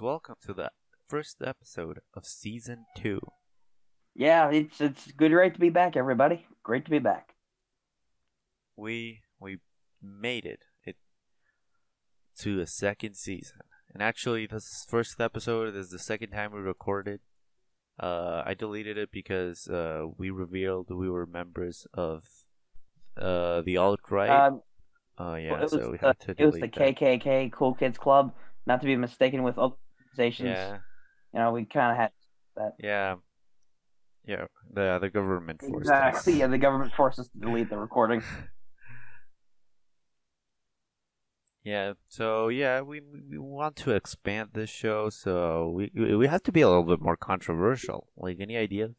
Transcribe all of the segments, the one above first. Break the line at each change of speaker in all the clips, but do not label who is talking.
Welcome to the first episode of season two.
Yeah, it's it's good right to be back, everybody. Great to be back.
We we made it it to a second season, and actually, this first episode is the second time we recorded. Uh, I deleted it because uh, we revealed we were members of uh, the alt right.
Um,
oh yeah,
well, it was
so we
the,
had to delete
it was the
that.
KKK Cool Kids Club, not to be mistaken with other organizations.
Yeah,
You know, we kind of had
yeah, yeah. The the government forced us.
exactly. Yeah, the government forced us to delete the recording.
Yeah, so yeah, we we want to expand this show, so we we have to be a little bit more controversial. Like any ideas?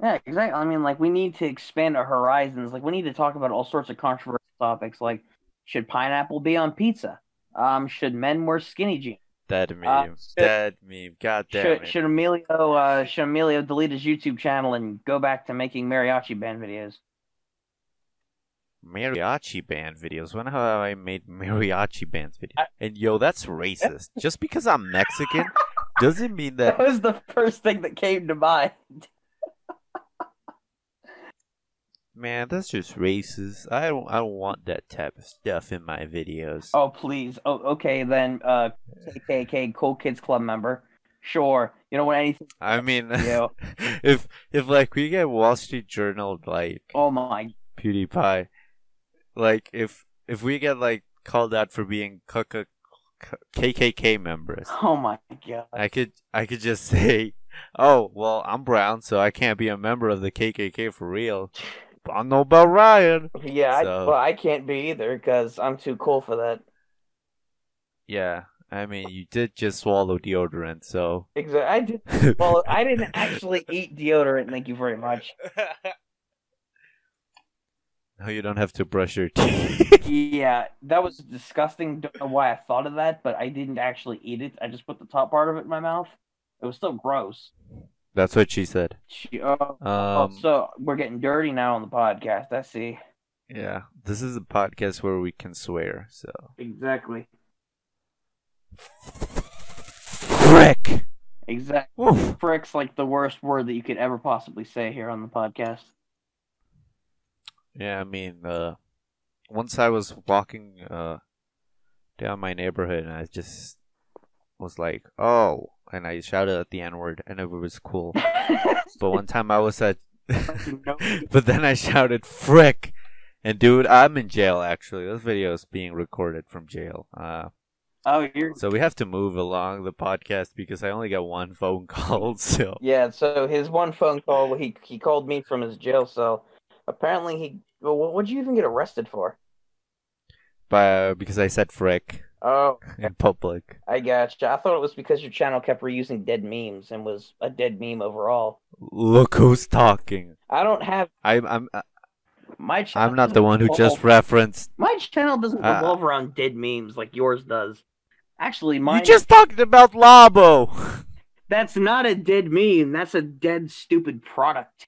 Yeah, exactly. I mean, like we need to expand our horizons. Like we need to talk about all sorts of controversial topics. Like, should pineapple be on pizza? Um, should men wear skinny jeans?
That meme,
should-
that meme. God damn
Should,
it!
should Emilio uh, should Emilio delete his YouTube channel and go back to making mariachi band videos?
Mariachi band videos. When have I made mariachi band videos?
I-
and yo, that's racist. Just because I'm Mexican doesn't mean that.
was the first thing that came to mind.
Man, that's just racist. I don't. I don't want that type of stuff in my videos.
Oh please. Oh okay then. Uh, KKK Cool Kids Club member. Sure. You don't want anything.
I mean,
Yo.
if if like we get Wall Street Journal like.
Oh my.
PewDiePie. Like if if we get like called out for being Kuka- KKK members,
Oh my god.
I could I could just say, oh well, I'm brown, so I can't be a member of the KKK for real. But I know about Ryan.
Yeah.
So-
I, well, I can't be either because I'm too cool for that.
Yeah, I mean you did just swallow deodorant, so.
Exactly. I did. Well, I didn't actually eat deodorant. Thank you very much.
no, you don't have to brush your teeth.
Yeah, that was disgusting. Don't know why I thought of that, but I didn't actually eat it. I just put the top part of it in my mouth. It was still gross.
That's what she said.
She, oh,
Um,
Oh, so we're getting dirty now on the podcast. I see.
yeah, this is a podcast where we can swear, so.
Exactly.
Frick!
Exactly.
Oof.
Frick's like the worst word that you could ever possibly say here on the podcast.
Yeah, I mean, uh, once I was walking uh, down my neighborhood and I just was like, oh, and I shouted at the N word and it was cool. But one time I was at, but then I shouted, frick! And dude, I'm in jail actually. This video is being recorded from jail. Uh,
oh, you're.
so we have to move along the podcast because I only got one phone call, so.
Yeah. So his one phone call, he he called me from his jail cell. Apparently, he. Well, what would you even get arrested for?
But, uh, because I said frick
Oh,
in public.
I gotcha. I thought it was because your channel kept reusing dead memes and was a dead meme overall.
Look who's talking.
I don't have
I'm, I'm,
my. Channel
I'm not the one who just
referenced.
referenced.
My channel doesn't
Uh,
revolve around dead memes like yours does. Actually,
You
mine.
just talked about Labo.
That's not a dead meme. That's a dead, stupid product.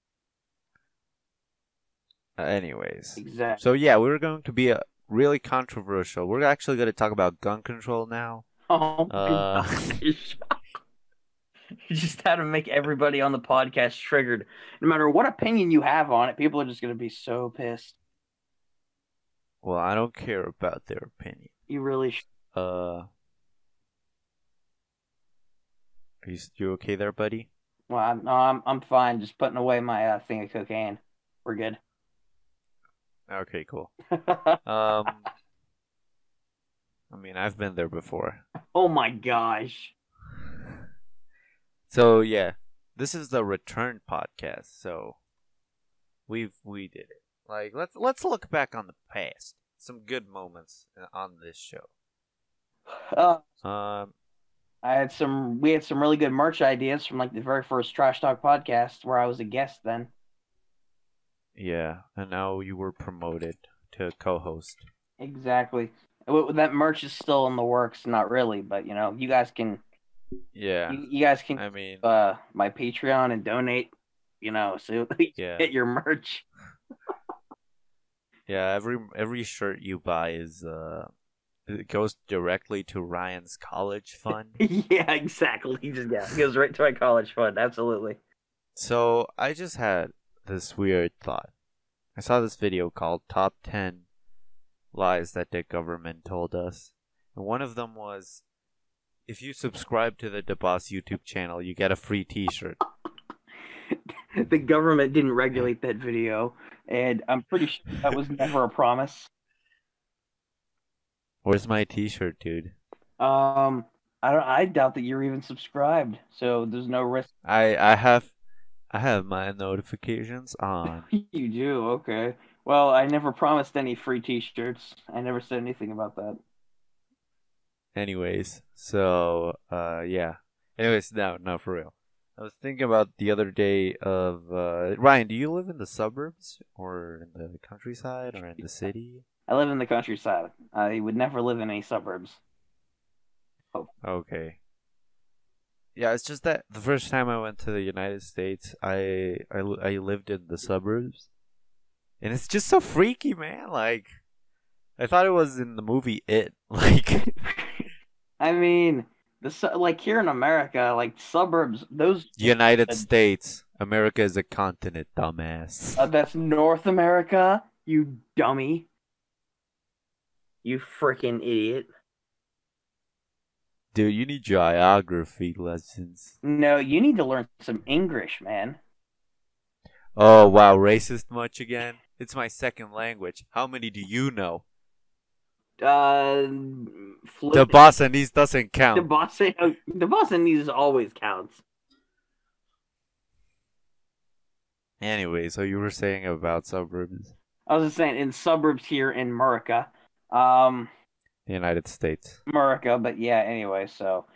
Anyways,
Exactly.
so yeah, we were going to be uh really controversial. We're actually going to talk about gun control now.
Oh, my
Uh.
gosh. you just had to make everybody on the podcast triggered. No matter what opinion you have on it, people are just going to be so pissed.
Well, I don't care about their opinion.
You really should.
Uh, are you, s- you okay there, buddy?
Well, I'm, no, I'm, I'm fine. Just putting away my uh, thing of cocaine. We're good.
Okay, cool. Um, I mean, I've been there before.
oh my gosh.
So yeah, this is the return podcast. So we've we did it. Like let's let's look back on the past. Some good moments uh, on this show.
Uh,
Um,
I had some. We had some really good merch ideas from like the very first Trash Talk podcast where I was a guest. Then
yeah, and now you were promoted to co-host.
exactly. W- That merch is still in the works. Not really, but you know, you guys can.
Yeah,
You, you guys can
I mean,
uh my Patreon and donate. You know, so you
yeah,
get your merch.
yeah. Every every shirt you buy is uh it goes directly to Ryan's college fund.
yeah, exactly. He just yeah, it goes right to my college fund. Absolutely.
So I just had this weird thought. I saw this video called Top 10 Lies That the Government Told Us. And one of them was if you subscribe to the DeBoss YouTube channel, you get a free t shirt.
The government didn't regulate that video, and I'm pretty sure that was never a promise.
Where's my t shirt, dude?
Um, I don't. I doubt that you're even subscribed, so there's no risk.
I, I have. I have my notifications on.
You do okay. Well, I never promised any free T-shirts. I never said anything about that.
Anyways, so uh yeah. Anyways, no, no for real. I was thinking about the other day of uh Ryan, do you live in the suburbs or in the countryside or in the city?
I live in the countryside. I would never live in any suburbs.
Okay. Yeah, it's just that the first time I went to the United States, I I, li- I lived in the suburbs. And it's just so freaky, man. Like I thought it was in the movie It. Like
I mean, the su- like here in America, like suburbs, those
United States. America is a continent, dumbass.
uh, that's North America. You dummy. You freaking idiot.
Dude, you need geography lessons.
No, you need to learn some English, man.
Oh wow, racist much again? It's my second language. How many do you know?
Uh,
The
flip
Bossanese doesn't
The
count.
Boston, the Boston news always counts.
Anyway, so you were saying about suburbs,
I was just saying in suburbs here in America, um,
the United States.
America, but yeah. Anyway, so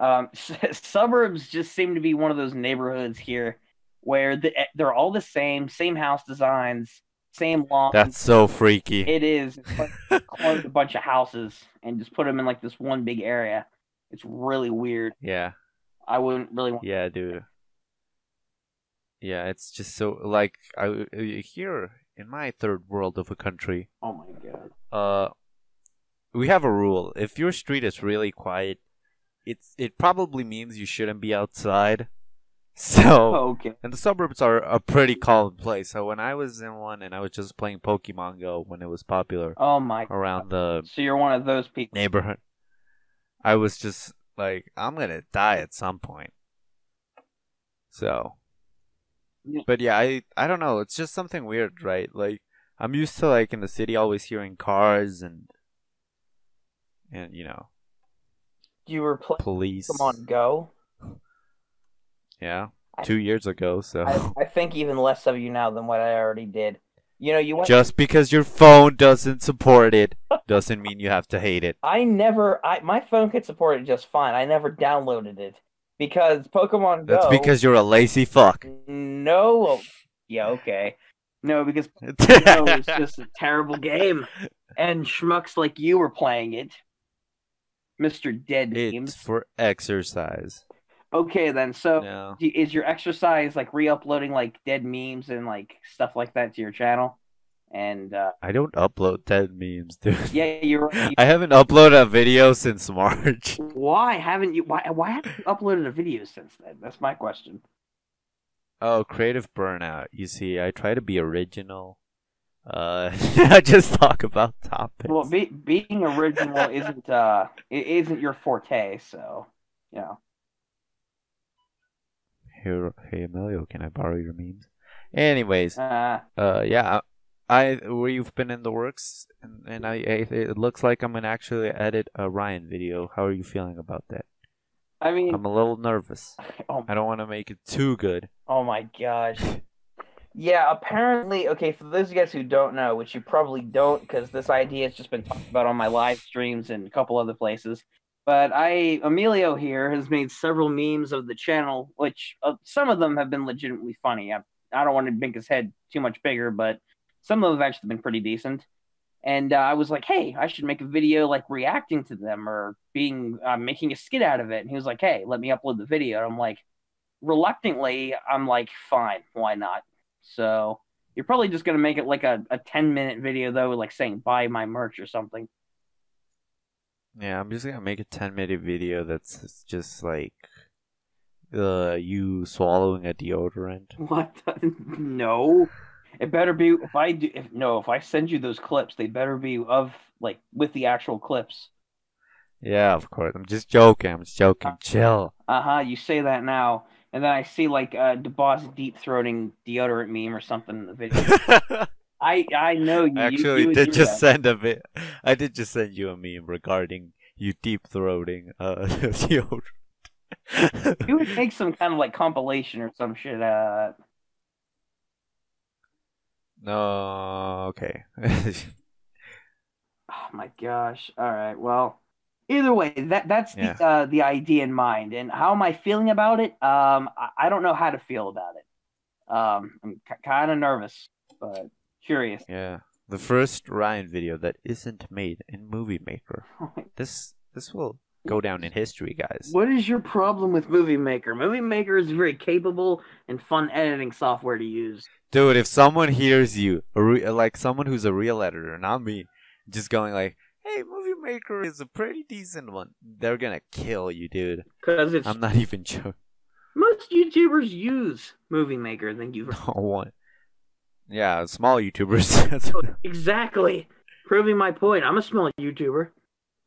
um, suburbs just seem to be one of those neighborhoods here where the, eh, they're all the same, same house designs, same lawns.
That's so freaky.
It is. It's like they cloned a bunch of houses and just put them in like this one big area. It's really weird.
Yeah,
I wouldn't really want.
yeah, dude. Yeah, it's just so like I here in my third world of a country.
Oh my god.
uh, we have a rule. If your street is really quiet, it's it probably means you shouldn't be outside. So,
Okay.
and the suburbs are a pretty calm place. So when I was in one, and I was just playing Pokemon Go when it was popular
Oh my.
around the
So you're one of those people.
neighborhood, I was just like, I'm gonna die at some point. So,
Yeah.
but yeah, I I don't know. It's just something weird, right? Like I'm used to like in the city always hearing cars and and you know
You were playing
police.
Pokemon Go.
Yeah,
I-
two years ago. So
I, I think even less of you now than what I already did. You know, you went.
just because your phone doesn't support it doesn't mean you have to hate it.
I never. I my phone could support it just fine. I never downloaded it because Pokemon
That's
Go.
because you're a lazy fuck.
no. Yeah. Okay. No, because Pokemon Go is just a terrible game, and schmucks like you were playing it, Mister Dead
it's
Games.
for exercise.
Okay, then. So,
No.
do- is your exercise like re-uploading like dead memes and like stuff like that to your channel? And uh,
I don't upload dead memes, dude.
yeah, you're. right.
I haven't uploaded a video since March.
Why haven't you? Why why haven't you uploaded a video since then? That's my question.
Oh, creative burnout. You see, I try to be original. Uh, I just talk about topics.
Well, be, being original isn't uh it isn't your forte, so you know.
Hey, hey, Emilio, can I borrow your memes? Anyways,
Uh,
uh, yeah, I we've been in the works, and, and I, I it looks like I'm gonna actually edit a Ryan video. How are you feeling about that?
I mean,
I'm a little nervous.
oh,
I don't want to make it too good.
oh my gosh. Yeah, apparently, okay, for those of you guys who don't know, which you probably don't because this idea has just been talked about on my live streams and a couple other places, but I, Emilio here, has made several memes of the channel, which uh, some of them have been legitimately funny. I, I don't want to make his head too much bigger, but some of them have actually been pretty decent. And uh, I was like, hey, I should make a video like reacting to them or being, uh, making a skit out of it. And he was like, hey, let me upload the video. And I'm like, reluctantly, I'm like, fine, why not? So you're probably just gonna make it like a, a ten minute video though, like saying buy my merch or something.
Yeah, I'm just gonna make a 10 minute video that's just like uh, you swallowing a deodorant.
What? the- no. It better be if I do. If no, if I send you those clips, they better be of like with the actual clips.
Yeah, of course. I'm just joking. I'm just joking. Chill.
Uh huh. You say that now, and then I see like uh, DeBoss deep throating deodorant meme or something in the video.
I
I I know you. you-
actually
you would
did
do
just
that.
send a bit. I did just send you a meme regarding you deep throating uh, deodorant.
You would make some kind of like compilation or some shit. Uh,
No, okay.
oh my gosh. All right. Well, either way, that that's
Yeah.
the uh, the idea in mind. And how am I feeling about it? Um, I, I don't know how to feel about it. Um, I'm k- kind of nervous, but curious.
yeah, the first Ryan video that isn't made in Movie Maker. This this will go down in history, guys.
What is your problem with Movie Maker? Movie Maker is a very capable and fun editing software to use.
Dude, if someone hears you, a re- like someone who's a real editor, not me, just going like, "Hey, Movie Maker is a pretty decent one," they're gonna kill you, dude.
Because it's
I'm not even joking.
most YouTubers use Movie Maker than you've
No one. Yeah, small YouTubers. That's-
Exactly. Proving my point. I'm a small YouTuber.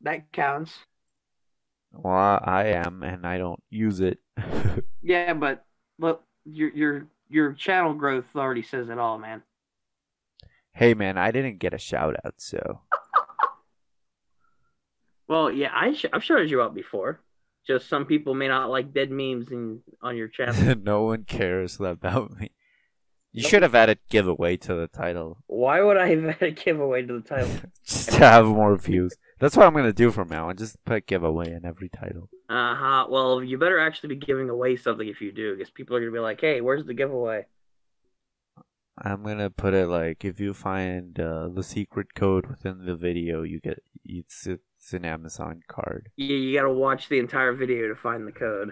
That counts.
well, I am, and I don't use it.
Yeah, but look, your your your channel growth already says it all, man.
hey, man, I didn't get a shout out, so
Well, yeah, I sh- I've shouted you out before. Just some people may not like dead memes in, on your channel.
no one cares about me. You
Nope.
should have added giveaway to the title
Why would I have had a giveaway to the title?
just to have more views. That's what I'm gonna do from now on. Just put giveaway in every title.
Uh huh. Well, you better actually be giving away something if you do, because people are gonna be like, "Hey, where's the giveaway?"
I'm gonna put it like if you find uh, the secret code within the video, you get it's it's an Amazon card.
Yeah, you gotta watch the entire video to find the code,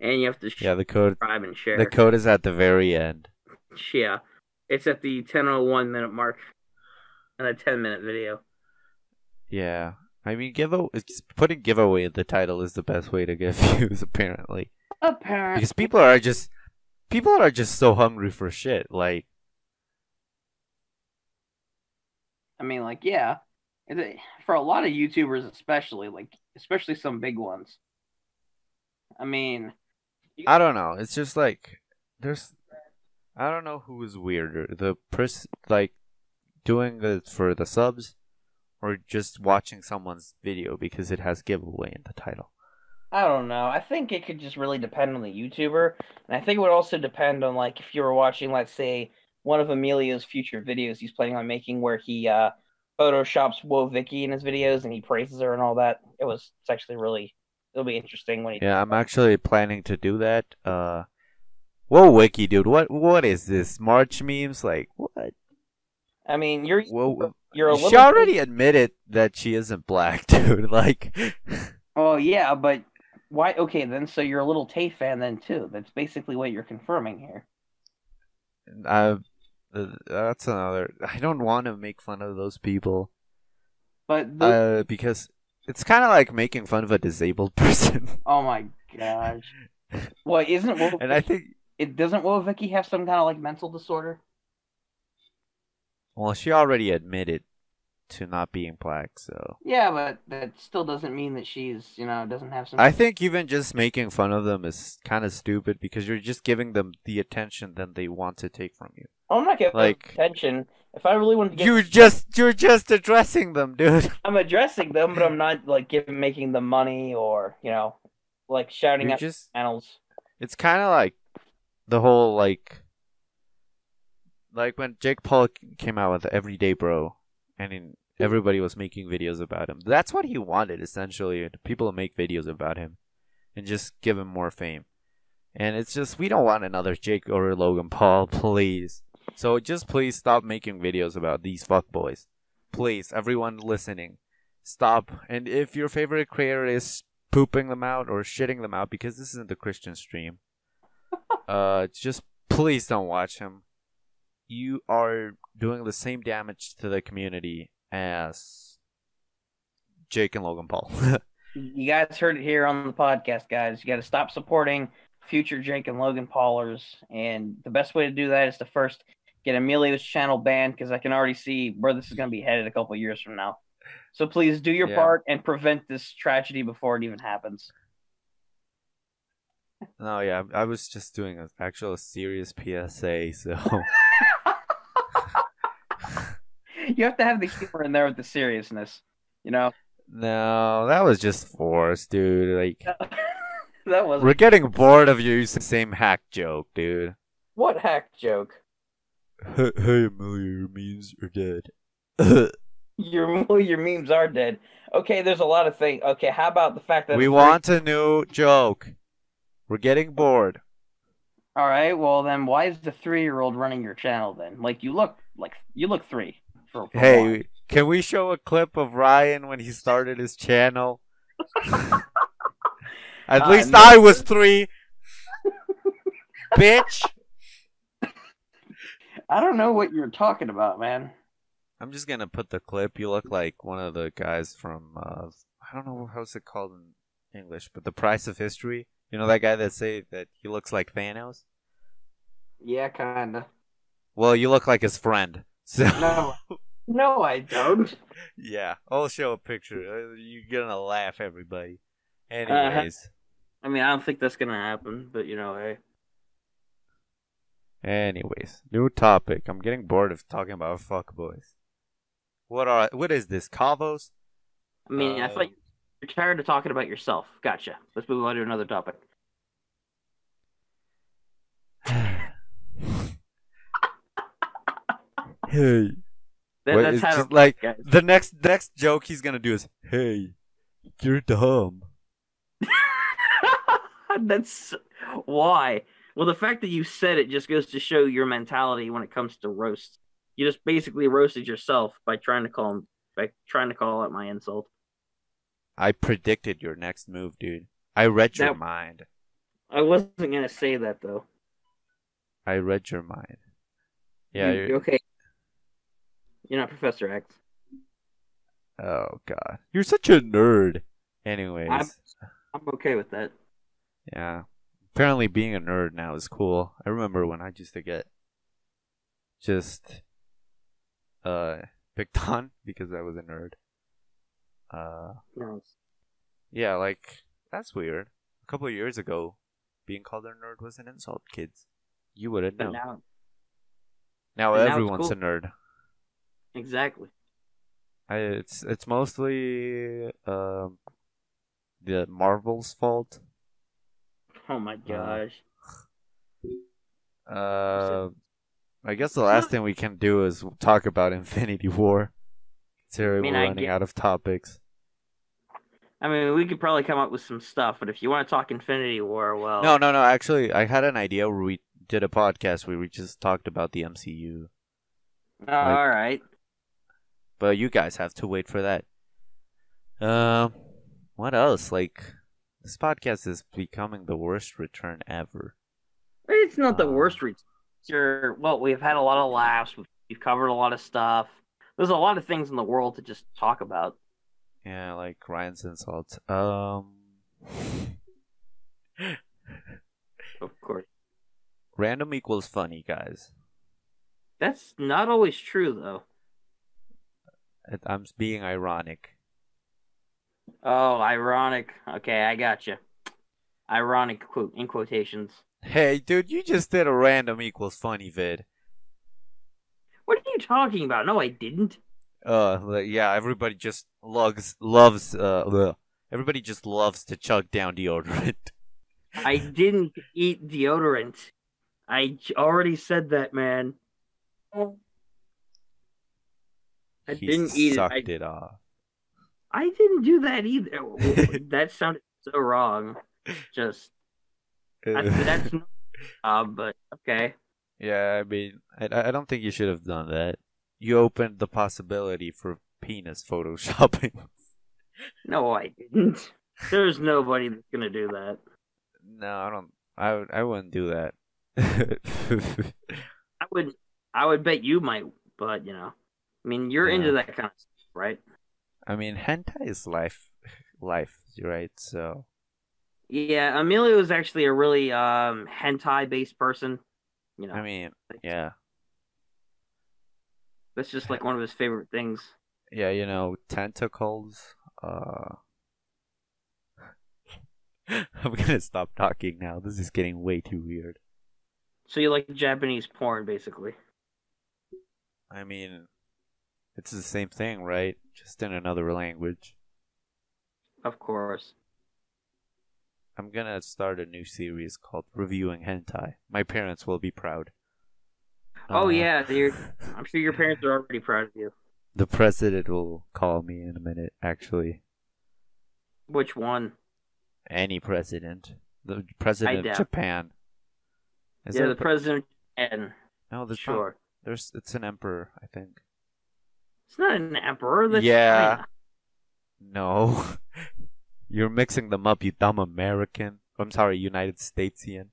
and you have to sh-
Yeah, the code
subscribe and share.
the code is at the very end.
Yeah, it's at the 10:01 minute mark in a 10 minute video.
Yeah, I mean giveaway. It's putting giveaway in the title is the best way to get views apparently
Apparently,
because people are just people are just so hungry for shit. Like
I mean, like, yeah, It- for a lot of YouTubers, especially, like, especially some big ones. I mean,
I don't know. It's just like there's I don't know who is weirder, the person like doing it for the subs or just watching someone's video because it has giveaway in the title.
I don't know. I think it could just really depend on the YouTuber, and I think it would also depend on like if you were watching, let's say, one of Emilio's future videos he's planning on making, where he uh photoshops Wo Vicky in his videos and he praises her and all that. It was it's actually really it'll be interesting when he
Yeah, I'm actually planning to do that. Uh Whoa wiki dude, what what is this? March memes? Like what?
I mean, you're
Whoa
you're a little
she already admitted that she isn't black, dude. Like
Oh yeah, but why? Okay, then so you're a little Tay fan then too. That's basically what you're confirming here.
I uh, that's another I don't want to make fun of those people.
But the,
uh, because it's kind of like making fun of a disabled person.
oh my gosh, well isn't Wo-
and I think,
it doesn't Wo Vicky have some kind of like mental disorder?
well, she already admitted to not being black, so
Yeah, but that still doesn't mean that she's you know doesn't have some.
I think even just making fun of them is kind of stupid because you're just giving them the attention that they want to take from you.
Oh, I'm not giving
like-
attention. If I really wanted to, get,
You're just you're just addressing them, dude.
I'm addressing them, but I'm not like giving making them money or you know, like shouting
You're
at
just
channels.
it's kind of like the whole like like when Jake Paul c- came out with Everyday Bro, and in, everybody was making videos about him. That's what he wanted essentially. People to make videos about him, and just give him more fame. And it's just we don't want another Jake or Logan Paul, please. So just please stop making videos about these fuckboys. Please, everyone listening, stop. And if your favorite creator is pooping them out or shitting them out because this isn't the Christian stream. uh, just please don't watch him. You are doing the same damage to the community as Jake and Logan Paul.
You guys heard it here on the podcast, guys. You got to stop supporting future Jake and Logan Paulers, and the best way to do that is to first get Amelia's channel banned because I can already see where this is going to be headed a couple years from now. So please do your
Yeah.
part and prevent this tragedy before it even happens.
no, yeah, I was just doing an actual serious PSA, so
You have to have the humor in there with the seriousness, you know.
no, that was just forced, dude. Like
that was
we're getting bored of you using the same hack joke, dude.
what hack joke.
Hey, hey Amelia, your memes are dead.
Your well, your memes are dead. Okay, there's a lot of things. Okay, how about the fact that
we
I'm
want a new joke. We're getting bored.
All right. Well, then why is the three-year-old running your channel then? Like you look like you look three. For, for one.
Hey, can we show a clip of Ryan when he started his channel? At
Uh,
least
no.
I was three. Bitch.
I don't know what you're talking about, man.
I'm just gonna put the clip. You look like one of the guys from uh, I don't know how's it called in English, but The Price of History. You know that guy that say that he looks like Thanos.
Yeah, kinda.
Well, you look like his friend. So
No, no, I don't.
yeah, I'll show a picture. Uh, You're gonna laugh, everybody.
Uh-huh.
Anyways,
I mean, I don't think that's gonna happen. But you know, hey.
anyways, new topic. I'm getting bored of talking about fuckboys. What are what is this Cavos?
I mean, I
Uh,
thought you- you're tired of talking about yourself. Gotcha. Let's move on to another topic.
hey,
That,
What
that's
is-
how.
just like
guys.
the next next joke he's gonna do is, "Hey, you're dumb."
that's why. Well, the fact that you said it just goes to show your mentality when it comes to roasts. You just basically roasted yourself by trying to call by trying to call out my insult.
I predicted your next move, dude. I read your
That-
mind.
I wasn't gonna say that though.
I read your mind. Yeah.
You-
you're-
okay. You're not Professor X.
oh god, you're such a nerd. Anyways,
I'm- I'm okay with that.
yeah. Apparently, being a nerd now is cool. I remember when I used to get just uh picked on because I was a nerd. Uh.
Nice.
Yeah, like that's weird. A couple of years ago, being called a nerd was an insult, kids. You wouldn't
But
know. Now,
now, but now it's
everyone's
cool.
a nerd.
exactly.
I, it's it's mostly um, the Marvel's fault.
Oh my gosh.
Uh, I guess the last thing we can do is talk about Infinity War. Considering
I mean,
we're
I
running
get-
out of topics.
I mean, we could probably come up with some stuff, but if you want to talk Infinity War, well,
No, no, no. Actually, I had an idea where we did a podcast where we just talked about the MCU,
Uh, all right.
but you guys have to wait for that. Um, what else? Like, this podcast is becoming the worst return ever.
It's not the
Um,
worst return. Sure. Well, we've had a lot of laughs. We've, we've covered a lot of stuff. There's a lot of things in the world to just talk about.
Yeah, like Ryan's insults. Um,
Of course,
random equals funny, guys.
that's not always true, though.
I- I'm being ironic.
Oh, ironic. Okay, I gotcha. Ironic quote in quotations.
Hey, dude, you just did a random equals funny vid.
What are you talking about? No, I didn't.
Uh, like, yeah, everybody just loves loves uh, bleh. everybody just loves to chug down deodorant.
I didn't eat deodorant. I j- already said that, man. I
He
didn't eat it.
sucked
I,
it off.
I didn't do that either. that sounded so wrong. Just that's, that's no job, but okay.
Yeah, I mean, I, I don't think you should have done that. You opened the possibility for penis photoshopping.
No, I didn't. There's nobody that's gonna do that.
no, I don't. I would- I wouldn't do that.
I would, I would bet you might, but you know, I mean, you're
Yeah.
into that kind of stuff, right?
I mean, hentai is life, life, right? So
Yeah, Amelia was actually a really um, hentai based person. You know,
I mean, yeah,
that's just like one of his favorite things.
yeah, you know, tentacles. Uh, I'm gonna stop talking now. This is getting way too weird.
So you like Japanese porn, basically.
I mean, it's the same thing, right? Just in another language.
Of course.
I'm gonna start a new series called Reviewing Hentai. My parents will be proud.
oh
Uh,
yeah, you're, I'm sure your parents are already proud of you.
The president will call me in a minute, actually.
Which one?
Any president. The president of
doubt.
Japan. Is
yeah,
there
the
a pre-
president. And
no, there's not-
sure,
there's it's an emperor, I think.
it's not an emperor. That's
Yeah.
China.
No. You're mixing them up, you dumb American. I'm sorry, United Statesian.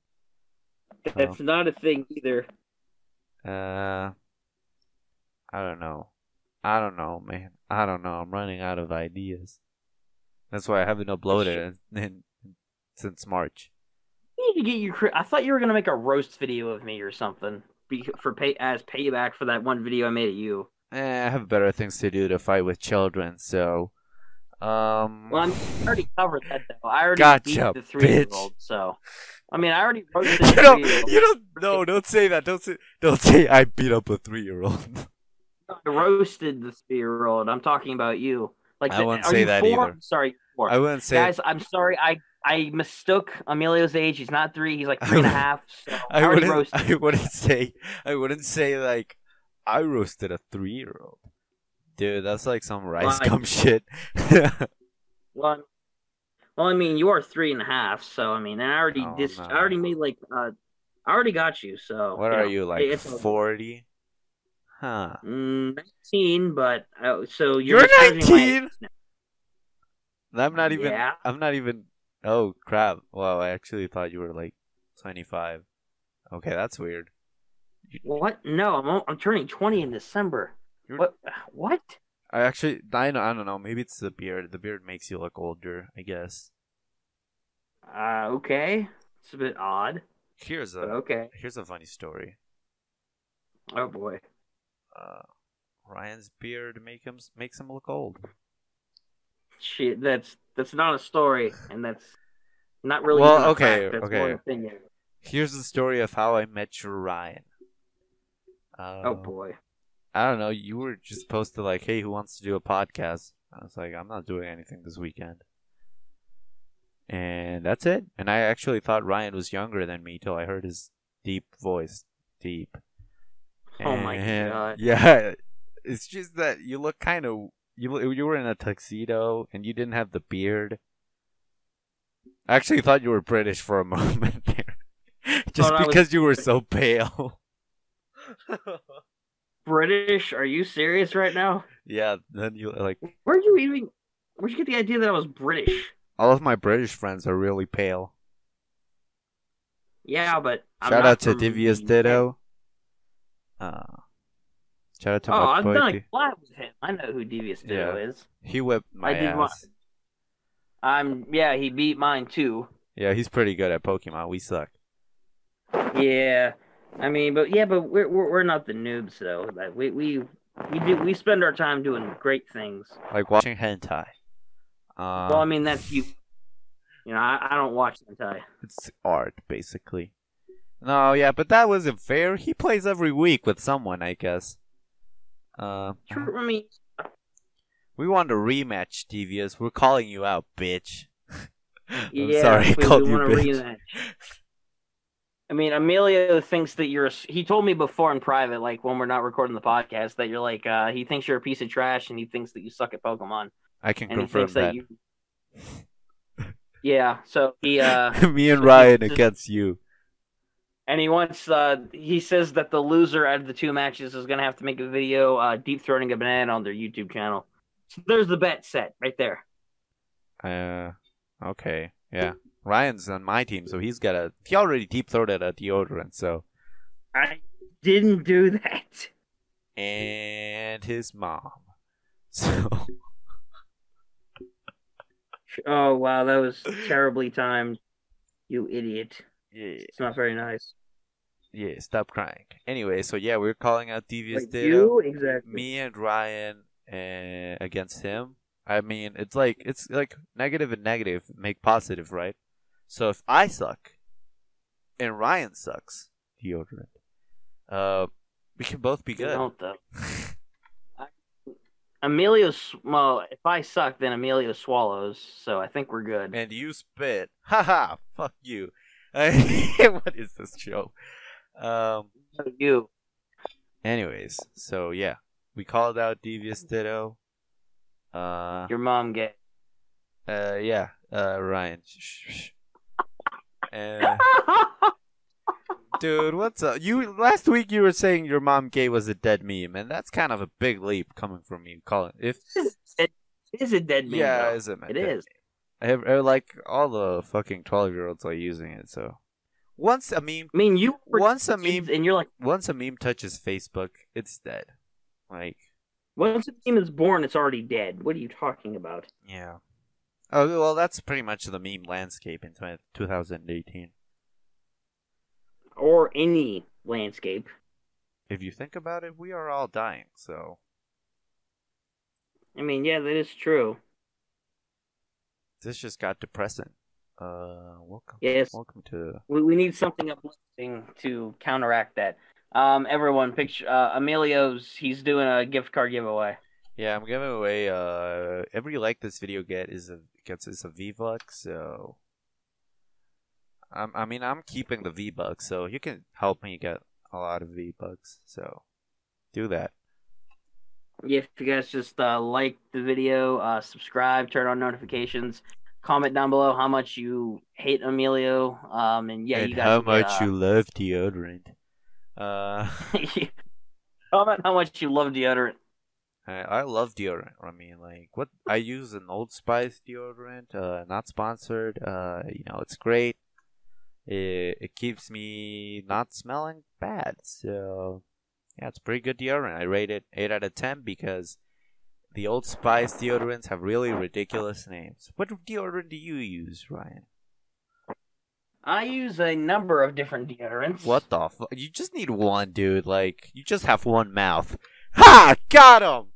That's not a thing either.
Uh I don't know. I don't know, man. I don't know. I'm running out of ideas. That's why I haven't uploaded in, in- since March.
You need to get your. cre- I thought you were gonna make a roast video of me or something be, for pay as payback for that one video I made of you.
Eh, I have better things to do to fight with children, so um
Well, I'm, I already covered that though. I already
Gotcha,
beat the three-year-old. So, I mean, I already roasted
you
the
don't,
three-year-old.
you don't, no, don't say that. Don't say, don't say I beat up a three-year-old.
I roasted the three-year-old. I'm talking about you. Like,
I
the-
wouldn't
are
say
you
that
four?
either.
I'm sorry, you're four.
I wouldn't say.
Guys, I'm sorry. I I mistook Emilio's age. He's not three. He's like three and a half. So I,
I
already
wouldn't.
roasted.
I wouldn't say. I wouldn't say like I roasted a three-year-old. Dude, that's like some rice
Like-
gum shit.
Well, I'm- well, I mean, you are three and a half. So I mean, I already
Oh,
dis-
no.
I already made like uh, I already got you. So
what
you
are
know,
you like?
it's a-
Forty? Huh?
mm, nineteen, but uh, so
You're
you're, disparaging my
19?
age now.
I'm not even.
Yeah.
I'm not even. Oh crap! Wow, I actually thought you were like twenty-five. Okay, that's weird.
What? No, I'm I'm turning twenty in December.
You're-
What? What?
I actually, I don't, I don't know. Maybe it's the beard. The beard makes you look older, I guess.
Uh, okay. It's a bit odd,
Here's
but
a
okay.
here's a funny story.
Oh boy.
Uh, Ryan's beard make him makes him look old.
Shit, that's that's not a story, and that's not really.
Well,
even a
okay,
fact, that's
okay.
more an opinion.
Here's the story of how I met your Ryan. Uh,
Oh boy.
I don't know. You were just posted like, "Hey, who wants to do a podcast?" I was like, "I'm not doing anything this weekend," and that's it. And I actually thought Ryan was younger than me till I heard his deep voice, deep.
Oh my
And-
God.
Yeah, it's just that you look kind of you lo- you were in a tuxedo and you didn't have the beard. I actually thought you were British for a moment there, just
Thought I was-
because you were so pale.
British? Are you serious right now?
yeah, then you like.
Where'd you even? Where'd you get the idea that I was British?
All of my British friends are really pale.
Yeah, but I'm
shout
not
out to
from
Divius
the-
Ditto. Uh, shout out to
Oh,
my
I've
boy.
done
D-
a collab with him. I know who Devious Ditto is.
He whipped my
did
ass.
my- I'm yeah, he beat mine too.
Yeah, he's pretty good at Pokemon. We suck.
Yeah, I mean, but yeah, but we're we're, we're not the noobs though. Like we we we do we spend our time doing great things.
Like watching hentai. Uh,
well, I mean that's you. You know, I, I don't watch hentai.
it's art basically. No, yeah, but that wasn't fair. He plays every week with someone, I guess. Uh,
True, I mean,
we want a rematch, Devious. We're calling you out, bitch. I'm
yeah,
sorry, I
we,
called
we
you
want to
bitch.
rematch. I mean, Emilio thinks that you're. A, he told me before in private, like when we're not recording the podcast, that you're like. Uh, he thinks you're a piece of trash, and he thinks that you suck at Pokemon,
I can
and he
confirm
thinks that,
that.
you. Yeah, so he uh,
Me and
so
Ryan
he's just-
against you.
and he wants uh, he says that the loser out of the two matches is gonna have to make a video uh, deep throating a banana on their YouTube channel. So there's the bet set right there.
Uh, okay, yeah. Ryan's on my team, so he's got a. He already deep throated a deodorant, so.
I didn't do that.
And his mom. So.
Oh wow, that was terribly timed. You idiot.
Yeah,
It's not very nice.
yeah. Stop crying. Anyway, so yeah, we're calling out Devious
Like
Ditto.
you exactly.
me and Ryan uh, against him. I mean, it's like it's like negative and negative make positive, right? So if I suck and Ryan sucks, deodorant, uh, we can both be
You
good.
Don't though. Emilio, s- well, if I suck, then Emilio swallows. So I think we're good.
and you spit, haha, fuck you. what is this show? Um.
So you.
Anyways, so yeah, we called out Devious Ditto. Uh,
Your mom gay.
uh, yeah, uh, Ryan. Shh, shh, shh. Uh, Dude, what's up? You last week you were saying your mom gay was a dead meme, and that's kind of a big leap coming from you, Colin. If
it is a dead meme.
yeah,
though.
is it? man?
it is.
I, have- I- like all the fucking twelve-year-olds are using it. So once a meme,
I mean, you were
once a
kids
meme,
and you're like,
once a meme touches Facebook, it's dead. Like
once a meme is born, it's already dead. What are you talking about?
yeah. Oh well, that's pretty much the meme landscape in twen- 2018.
Or any landscape.
If you think about it, we are all dying. So
I mean, yeah, that is true.
this just got depressing. Uh, welcome,
Yes,
welcome to
we, we need something uplifting to counteract that. Um, everyone, picture uh, Emilio's. He's doing a gift card giveaway.
Yeah, I'm giving away. Uh, every like this video get is a gets is a V buck. So, I'm, I mean, I'm keeping the V bucks, so you can help me get a lot of V bucks. So, do that.
If you guys just uh, like the video, uh, subscribe, turn on notifications, comment down below how much you hate Emilio. Um, and yeah,
and
you guys.
how
will get,
much
uh,
you love deodorant. Uh,
comment how much you love deodorant.
I, I love deodorant. I mean, like what I use an Old Spice deodorant. Uh, not sponsored. Uh, you know, it's great. It, it keeps me not smelling bad. So yeah, it's pretty good deodorant. I rate it eight out of ten because the Old Spice deodorants have really ridiculous names. What deodorant do you use, Ryan?
I use a number of different deodorants.
What the fuck? You just need one, dude. Like you just have one mouth. Ha! Got him.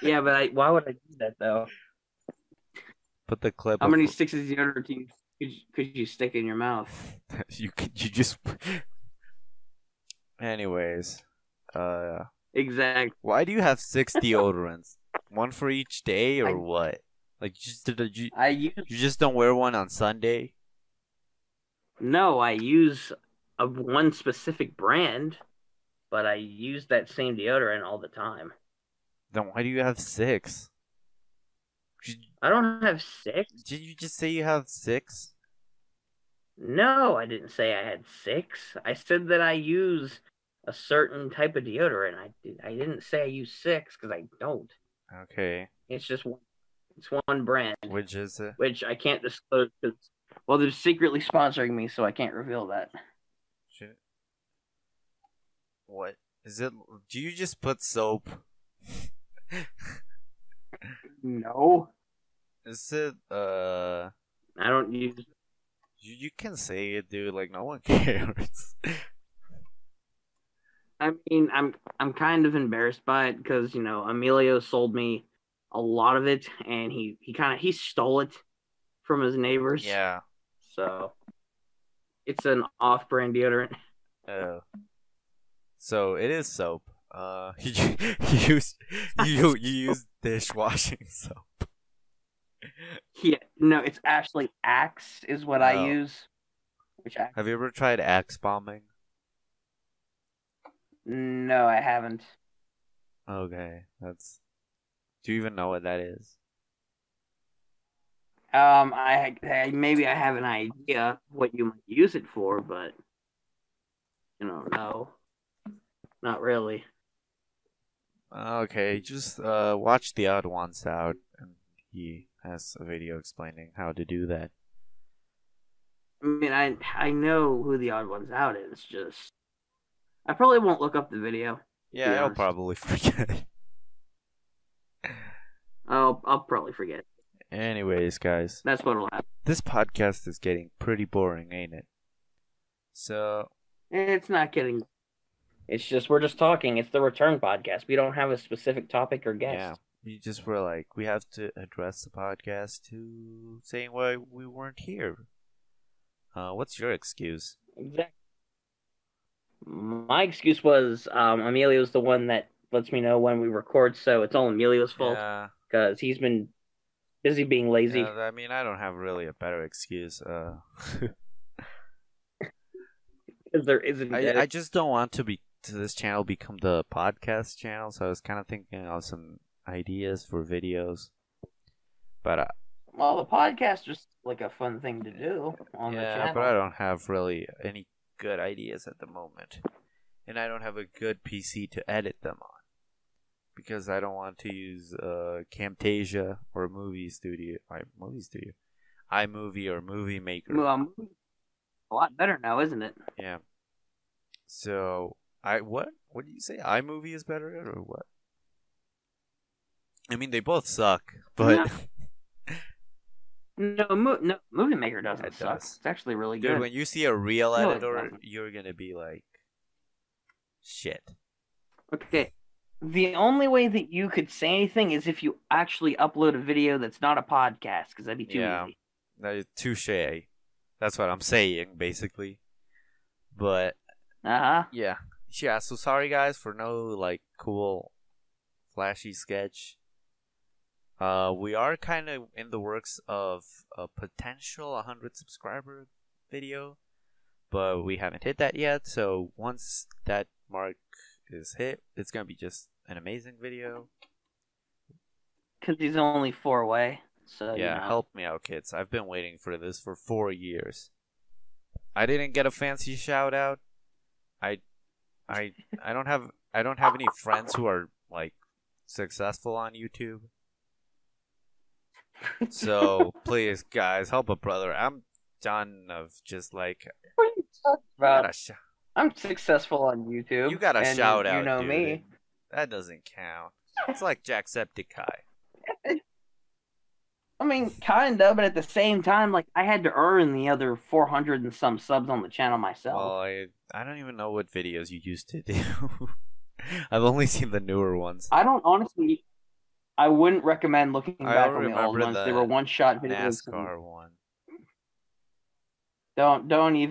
Yeah, but I, why would I do that though?
Put the clip.
How
of-
many sticks of deodorant do you, could, you- could you stick in your mouth?
you could you just anyways uh
Exactly.
why do you have six deodorants one for each day or
I-
what like you just did you,
I use
you just don't wear one on sunday
no, I use a one specific brand, but I use that same deodorant all the time.
then why do you have six did
I don't have six.
did you just say you have six
No, I didn't say I had six. I said that I use a certain type of deodorant. I did. I didn't say I use six because I don't.
okay
It's just one. It's one brand.
which is it
which I can't disclose because well, they're secretly sponsoring me, so I can't reveal that.
Shit. what is it do you just put soap
No,
is it uh
I don't use.
you, you can say it dude like no one cares
I mean, I'm I'm kind of embarrassed by it because you know Emilio sold me a lot of it, and he he kind of he stole it from his neighbors.
yeah
So it's an off-brand deodorant.
Oh. So it is soap. Uh, you, you use you you use dishwashing soap.
Yeah, no, it's actually Axe is what I
Oh.
use. Which I
Have you ever tried axe bombing?
no, I haven't.
Okay, that's. Do you even know what that is?
Um, I, I maybe I have an idea what you might use it for, but you know, no, not really.
Okay, just uh watch the odd ones out, and he has a video explaining how to do that.
I mean, I I know who the odd ones out is. Just I probably won't look up the video.
Yeah,
Be
I'll
honest.
probably forget.
I'll I'll probably forget.
Anyways, guys,
That's what'll happen.
this podcast is getting pretty boring, ain't it? So,
It's not getting. It's just we're just talking. It's the return podcast. We don't have a specific topic or guest.
yeah, we just were like, we have to address the podcast to saying why we weren't here. Uh, what's your excuse?
Exactly. My excuse was um, Emilio's the one that lets me know when we record, so it's all Emilio's fault
Yeah,
because he's been busy being lazy.
yeah, I mean, I don't have really a better excuse. Uh,
Because there isn't.
I, I just don't want to be to this channel become the podcast channel, so I was kind of thinking of some ideas for videos. But uh,
well, the podcast is like a fun thing to do on the
yeah,
channel.
but I don't have really any good ideas at the moment, and I don't have a good PC to edit them on because I don't want to use uh, Camtasia or Movie Studio, I, Movie Studio, iMovie or Movie Maker.
Well, um, a lot better now, isn't it?
Yeah. So I what what do you say? iMovie is better or what? I mean, they both suck, but
No, mo- no, Movie Maker doesn't
It
suck.
does.
It's actually really
dude,
good.
when you see a real
No, it
editor,
doesn't.
you're gonna be like, shit.
Okay. The only way that you could say anything is if you actually upload a video that's not a podcast, because that'd be too
Yeah.
easy.
That is touche. That's what I'm saying, basically. But
Uh huh.
yeah, yeah. So sorry, guys, for no like cool, flashy sketch. Uh, we are kind of in the works of a potential 100 subscriber video, but we haven't hit that yet. So once that mark is hit, it's gonna be just an amazing video.
Because he's only four away. So,
yeah,
you know.
help me out, kids. I've been waiting for this for four years. I didn't get a fancy shout out. I, I, I don't have. I don't have any friends who are like successful on YouTube. So please, guys, help a brother. I'm done of just like
What are you talking about?
gotta sh-
I'm successful on YouTube.
You got a
and
shout
You
out,
know
dude.
me.
that doesn't count. It's like Jacksepticeye.
I mean, kind of, but at the same time, like, I had to earn the other 400 and some subs on the channel myself.
Well, I I don't even know what videos you used to do. I've only seen the newer ones.
I don't honestly. I wouldn't recommend looking
I
back on the old
remember
ones. They
the
were one shot videos. and
NASCAR one.
Don't don't even.